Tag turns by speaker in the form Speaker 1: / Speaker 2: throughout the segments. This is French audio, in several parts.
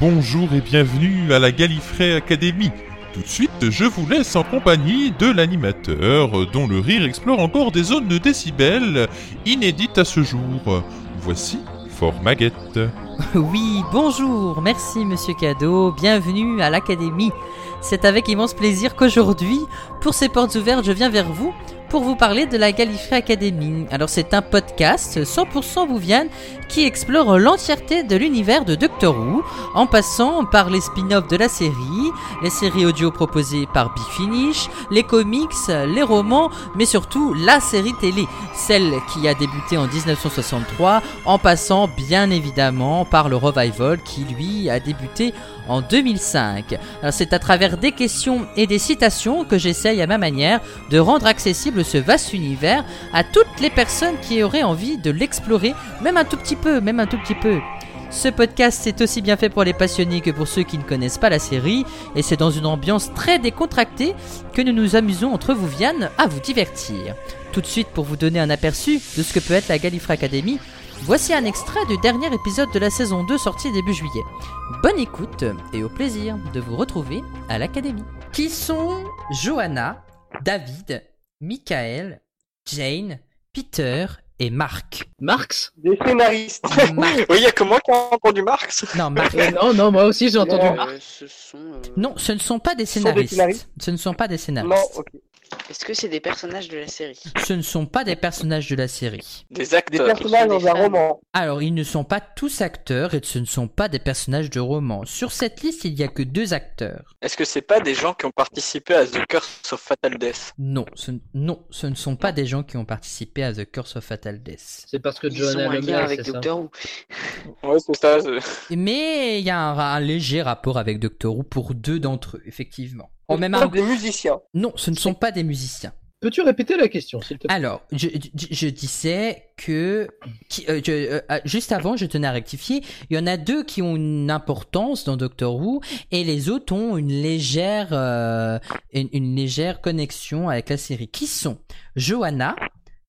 Speaker 1: Bonjour et bienvenue à la Gallifrey Academy. Tout de suite, je vous laisse en compagnie de l'animateur, dont le rire explore encore des zones de décibels inédites à ce jour. Voici Fort Maguette.
Speaker 2: Oui, bonjour, merci Monsieur Cadeau, bienvenue à l'Académie. C'est avec immense plaisir qu'aujourd'hui, pour ces portes ouvertes, je viens vers vous pour vous parler de la Gallifrey Academy. Alors c'est un podcast 100% Bouviane qui explore l'entièreté de l'univers de Doctor Who, en passant par les spin-offs de la série, les séries audio proposées par Big Finish, les comics, les romans, mais surtout la série télé, celle qui a débuté en 1963, en passant bien évidemment par le revival qui lui a débuté en 2005. Alors, C'est à travers des questions et des citations que j'essaye à ma manière de rendre accessible ce vaste univers à toutes les personnes qui auraient envie de l'explorer, même un tout petit peu, même un tout petit peu. Ce podcast c'est aussi bien fait pour les passionnés que pour ceux qui ne connaissent pas la série, et c'est dans une ambiance très décontractée que nous nous amusons entre vous, Vianne, à vous divertir. Tout de suite, pour vous donner un aperçu de ce que peut être la Gallifrey Academy, voici un extrait du dernier épisode de la saison 2 sorti début juillet. Bonne écoute et au plaisir de vous retrouver à l'Académie. Qui sont Johanna, David, Michael, Jane, Peter et Marc
Speaker 3: Marx
Speaker 4: Des scénaristes.
Speaker 2: Marc.
Speaker 4: Oui, il y a que moi qui ai entendu Marx.
Speaker 2: Non, Marc.
Speaker 3: Euh, Non, non, moi aussi j'ai entendu
Speaker 4: Non.
Speaker 3: Marx.
Speaker 5: Euh, ce sont. euh,
Speaker 2: Non, ce ne sont pas des
Speaker 4: sont des
Speaker 2: scénaristes.
Speaker 4: scénaristes
Speaker 2: Ce ne sont pas des scénaristes.
Speaker 4: Non, ok.
Speaker 5: Est-ce que c'est des personnages de la série
Speaker 2: Ce ne sont pas des personnages de la série.
Speaker 4: Des acteurs. Des
Speaker 5: Ils
Speaker 4: personnages
Speaker 5: sont
Speaker 4: dans
Speaker 5: des
Speaker 4: un
Speaker 5: femmes.
Speaker 4: roman.
Speaker 2: Alors, ils ne sont pas tous acteurs et ce ne sont pas des personnages de roman. Sur cette liste, il n'y a que deux acteurs.
Speaker 4: Est-ce que c'est pas des gens qui ont participé à The Curse of Fatal Death
Speaker 2: Non, ce, n- non, ce ne sont pas des gens qui ont participé à The Curse of Fatal Death.
Speaker 3: C'est parce que
Speaker 5: Ils ont
Speaker 3: Johanna
Speaker 5: un
Speaker 3: le
Speaker 5: lien
Speaker 3: met,
Speaker 5: avec
Speaker 3: c'est ça.
Speaker 5: Doctor Who.
Speaker 4: Ouais, c'est ça. c'est-
Speaker 2: Mais il y a un, un léger rapport avec Doctor Who pour deux d'entre eux, effectivement. En même
Speaker 4: Ce sont
Speaker 2: arg-
Speaker 4: Des musiciens.
Speaker 2: Non, ce ne sont pas des musiciens.
Speaker 3: Peux-tu répéter la question, s'il te plaît
Speaker 2: Alors, je, je, je disais que qui- euh, je- euh, ah, juste avant, je tenais à rectifier. Il y en a deux qui ont une importance dans Doctor Who et les autres ont une légère euh, une, une légère connexion avec la série. Qui sont Johanna,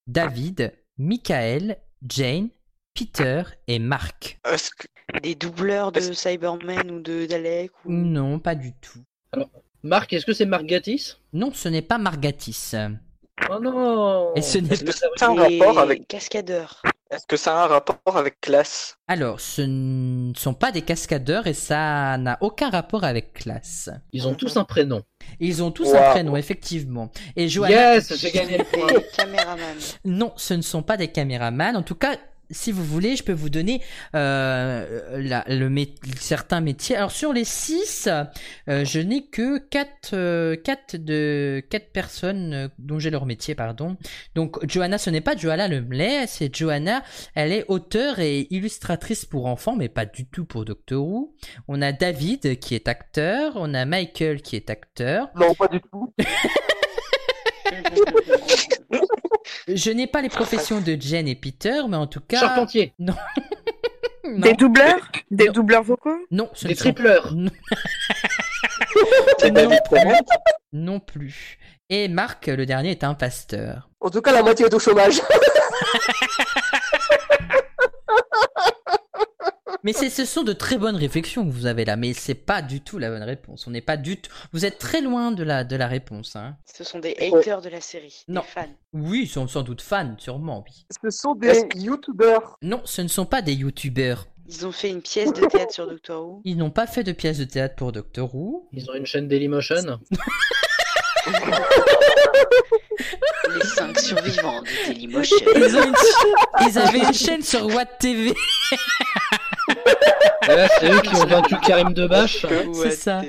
Speaker 2: David, Michael, Jane, Peter et Mark
Speaker 4: Est-ce que-
Speaker 5: Des doubleurs de
Speaker 4: Est-ce-
Speaker 5: Cyberman ou de Dalek ou...
Speaker 2: Non, pas du tout.
Speaker 3: Marc, est-ce que c'est Marc Gatiss
Speaker 2: Non, ce n'est pas Margatis.
Speaker 3: Oh non
Speaker 2: Et ce n'est-
Speaker 3: Je le savais.
Speaker 4: C'est un
Speaker 5: Des
Speaker 4: rapport avec-
Speaker 5: cascadeurs.
Speaker 4: Est-ce que ça a un rapport avec classe
Speaker 2: Alors, ce ne sont pas des cascadeurs et ça n'a aucun rapport avec classe.
Speaker 3: Ils ont tous un prénom.
Speaker 2: Ils ont tous un
Speaker 4: Wow.
Speaker 2: prénom, effectivement. Et Johanna,
Speaker 3: Yes, j'ai gagné le point.
Speaker 5: Des caméramans.
Speaker 2: non, ce ne sont pas des caméramans. En tout cas, si vous voulez, je peux vous donner euh, la- le mé- certains métiers. Alors sur les six, euh, je n'ai que quatre, euh, quatre de quatre personnes euh, dont j'ai leur métier, pardon. Donc Johanna, ce n'est pas Johanna Lemley, c'est Johanna. Elle est auteure et illustratrice pour enfants, mais pas du tout pour Doctor Who. On a David qui est acteur, on a Michael qui est acteur.
Speaker 4: Non, pas du tout.
Speaker 2: Je n'ai pas les professions de Jen et Peter, mais en tout cas.
Speaker 3: Charpentier,
Speaker 2: Non,
Speaker 6: Des doubleurs Des
Speaker 2: Non.
Speaker 6: doubleurs vocaux
Speaker 2: non, ce ne
Speaker 3: des
Speaker 2: sont-
Speaker 3: tripleurs.
Speaker 4: C'est
Speaker 2: non,
Speaker 4: David Tennant.
Speaker 2: non plus. Et Marc, le dernier, est un pasteur.
Speaker 4: En tout cas, la moitié est au chômage.
Speaker 2: Mais c'est- ce sont de très bonnes réflexions que vous avez là, mais c'est pas du tout la bonne réponse. On n'est pas du tout. Vous êtes très loin de la, de la réponse. Hein.
Speaker 5: Ce sont des haters de la série.
Speaker 2: Non.
Speaker 5: Des fans.
Speaker 2: Oui, ils sont sans doute fans, sûrement, oui.
Speaker 4: Ce sont des youtubeurs.
Speaker 2: Non, ce ne sont pas des youtubeurs.
Speaker 5: Ils ont fait une pièce de théâtre sur Doctor Who.
Speaker 2: Ils n'ont pas fait de pièces de théâtre pour Doctor Who.
Speaker 3: Ils ont une chaîne Dailymotion.
Speaker 5: Les cinq survivants de Dailymotion.
Speaker 2: Ils, ont une cha- ils avaient une chaîne sur Watt TV.
Speaker 3: Et là, c'est eux qui ont vaincu Karim Debache.
Speaker 2: C'est ça.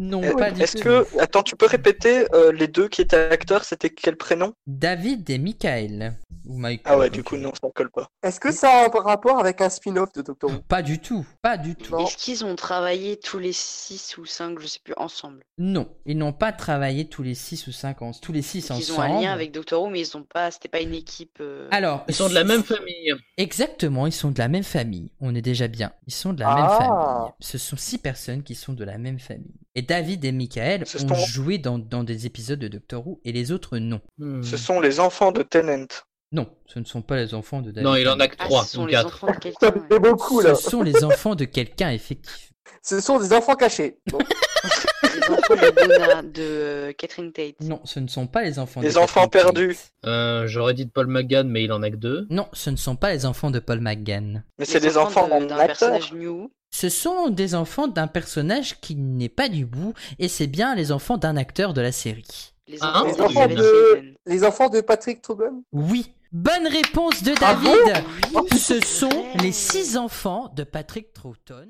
Speaker 2: Non, pas du
Speaker 4: Eh Est-ce
Speaker 2: tout.
Speaker 4: que. Attends, tu peux répéter euh, les deux qui étaient acteurs C'était quel prénom
Speaker 2: David et Michael. Ou Michael.
Speaker 4: Ah ouais, du
Speaker 2: Euh, ok.
Speaker 4: coup, non, ça colle pas.
Speaker 7: Est-ce que ça a un rapport avec un spin-off de Doctor Who
Speaker 2: Pas du tout, pas du tout.
Speaker 4: Non.
Speaker 5: Est-ce qu'ils ont travaillé tous les six ou cinq, je sais plus, ensemble
Speaker 2: Non, ils n'ont pas travaillé tous les 6 ou 5 ans, tous les 6 ensemble.
Speaker 5: Ils ont un lien avec Doctor Who, mais ils ont pas, c'était pas une équipe. euh,
Speaker 2: Alors,
Speaker 3: Ils sont de la même famille.
Speaker 2: Exactement, ils sont de la même famille. On est déjà bien. Ils sont de la même
Speaker 7: Ah.
Speaker 2: famille. Ce sont six personnes qui sont de la même famille. Et David et Michael
Speaker 4: Ce
Speaker 2: ont
Speaker 4: sont-
Speaker 2: joué dans, dans des épisodes de Doctor Who et les autres non.
Speaker 3: Hmm.
Speaker 4: Ce sont les enfants de Tennant.
Speaker 2: Non, ce ne sont pas les enfants de David.
Speaker 3: Non, il en a que
Speaker 5: Ah,
Speaker 3: trois
Speaker 5: ce
Speaker 3: ou
Speaker 5: sont les
Speaker 3: quatre.
Speaker 5: enfants de quelqu'un.
Speaker 7: Ça
Speaker 5: ouais.
Speaker 7: fait beaucoup là.
Speaker 2: Ce sont les enfants de quelqu'un, effectivement.
Speaker 7: Ce sont des enfants cachés. Bon.
Speaker 5: Les enfants de Donna de euh, Catherine Tate.
Speaker 2: Non, ce ne sont pas les enfants.
Speaker 4: Les
Speaker 2: de
Speaker 4: enfants
Speaker 2: Catherine
Speaker 4: perdus.
Speaker 2: Tate.
Speaker 3: Euh, J'aurais dit de Paul McGann, mais il en a que deux.
Speaker 2: Non, ce ne sont pas les enfants de Paul McGann.
Speaker 4: Mais c'est des enfants
Speaker 5: de-
Speaker 4: en
Speaker 5: d'un
Speaker 4: acteur.
Speaker 5: personnage new.
Speaker 2: Ce sont des enfants d'un personnage qui n'est pas du bout, et c'est bien les enfants d'un acteur de la série.
Speaker 5: Les
Speaker 3: Ah,
Speaker 5: enfants
Speaker 7: les
Speaker 5: de
Speaker 7: enfants
Speaker 5: David
Speaker 7: de-
Speaker 5: Seaman.
Speaker 7: Les enfants de Patrick Troughton
Speaker 2: Oui. Bonne réponse de
Speaker 7: Ah
Speaker 2: David.
Speaker 5: Oui,
Speaker 2: Ce sont
Speaker 5: vrai.
Speaker 2: les six enfants de Patrick Troughton.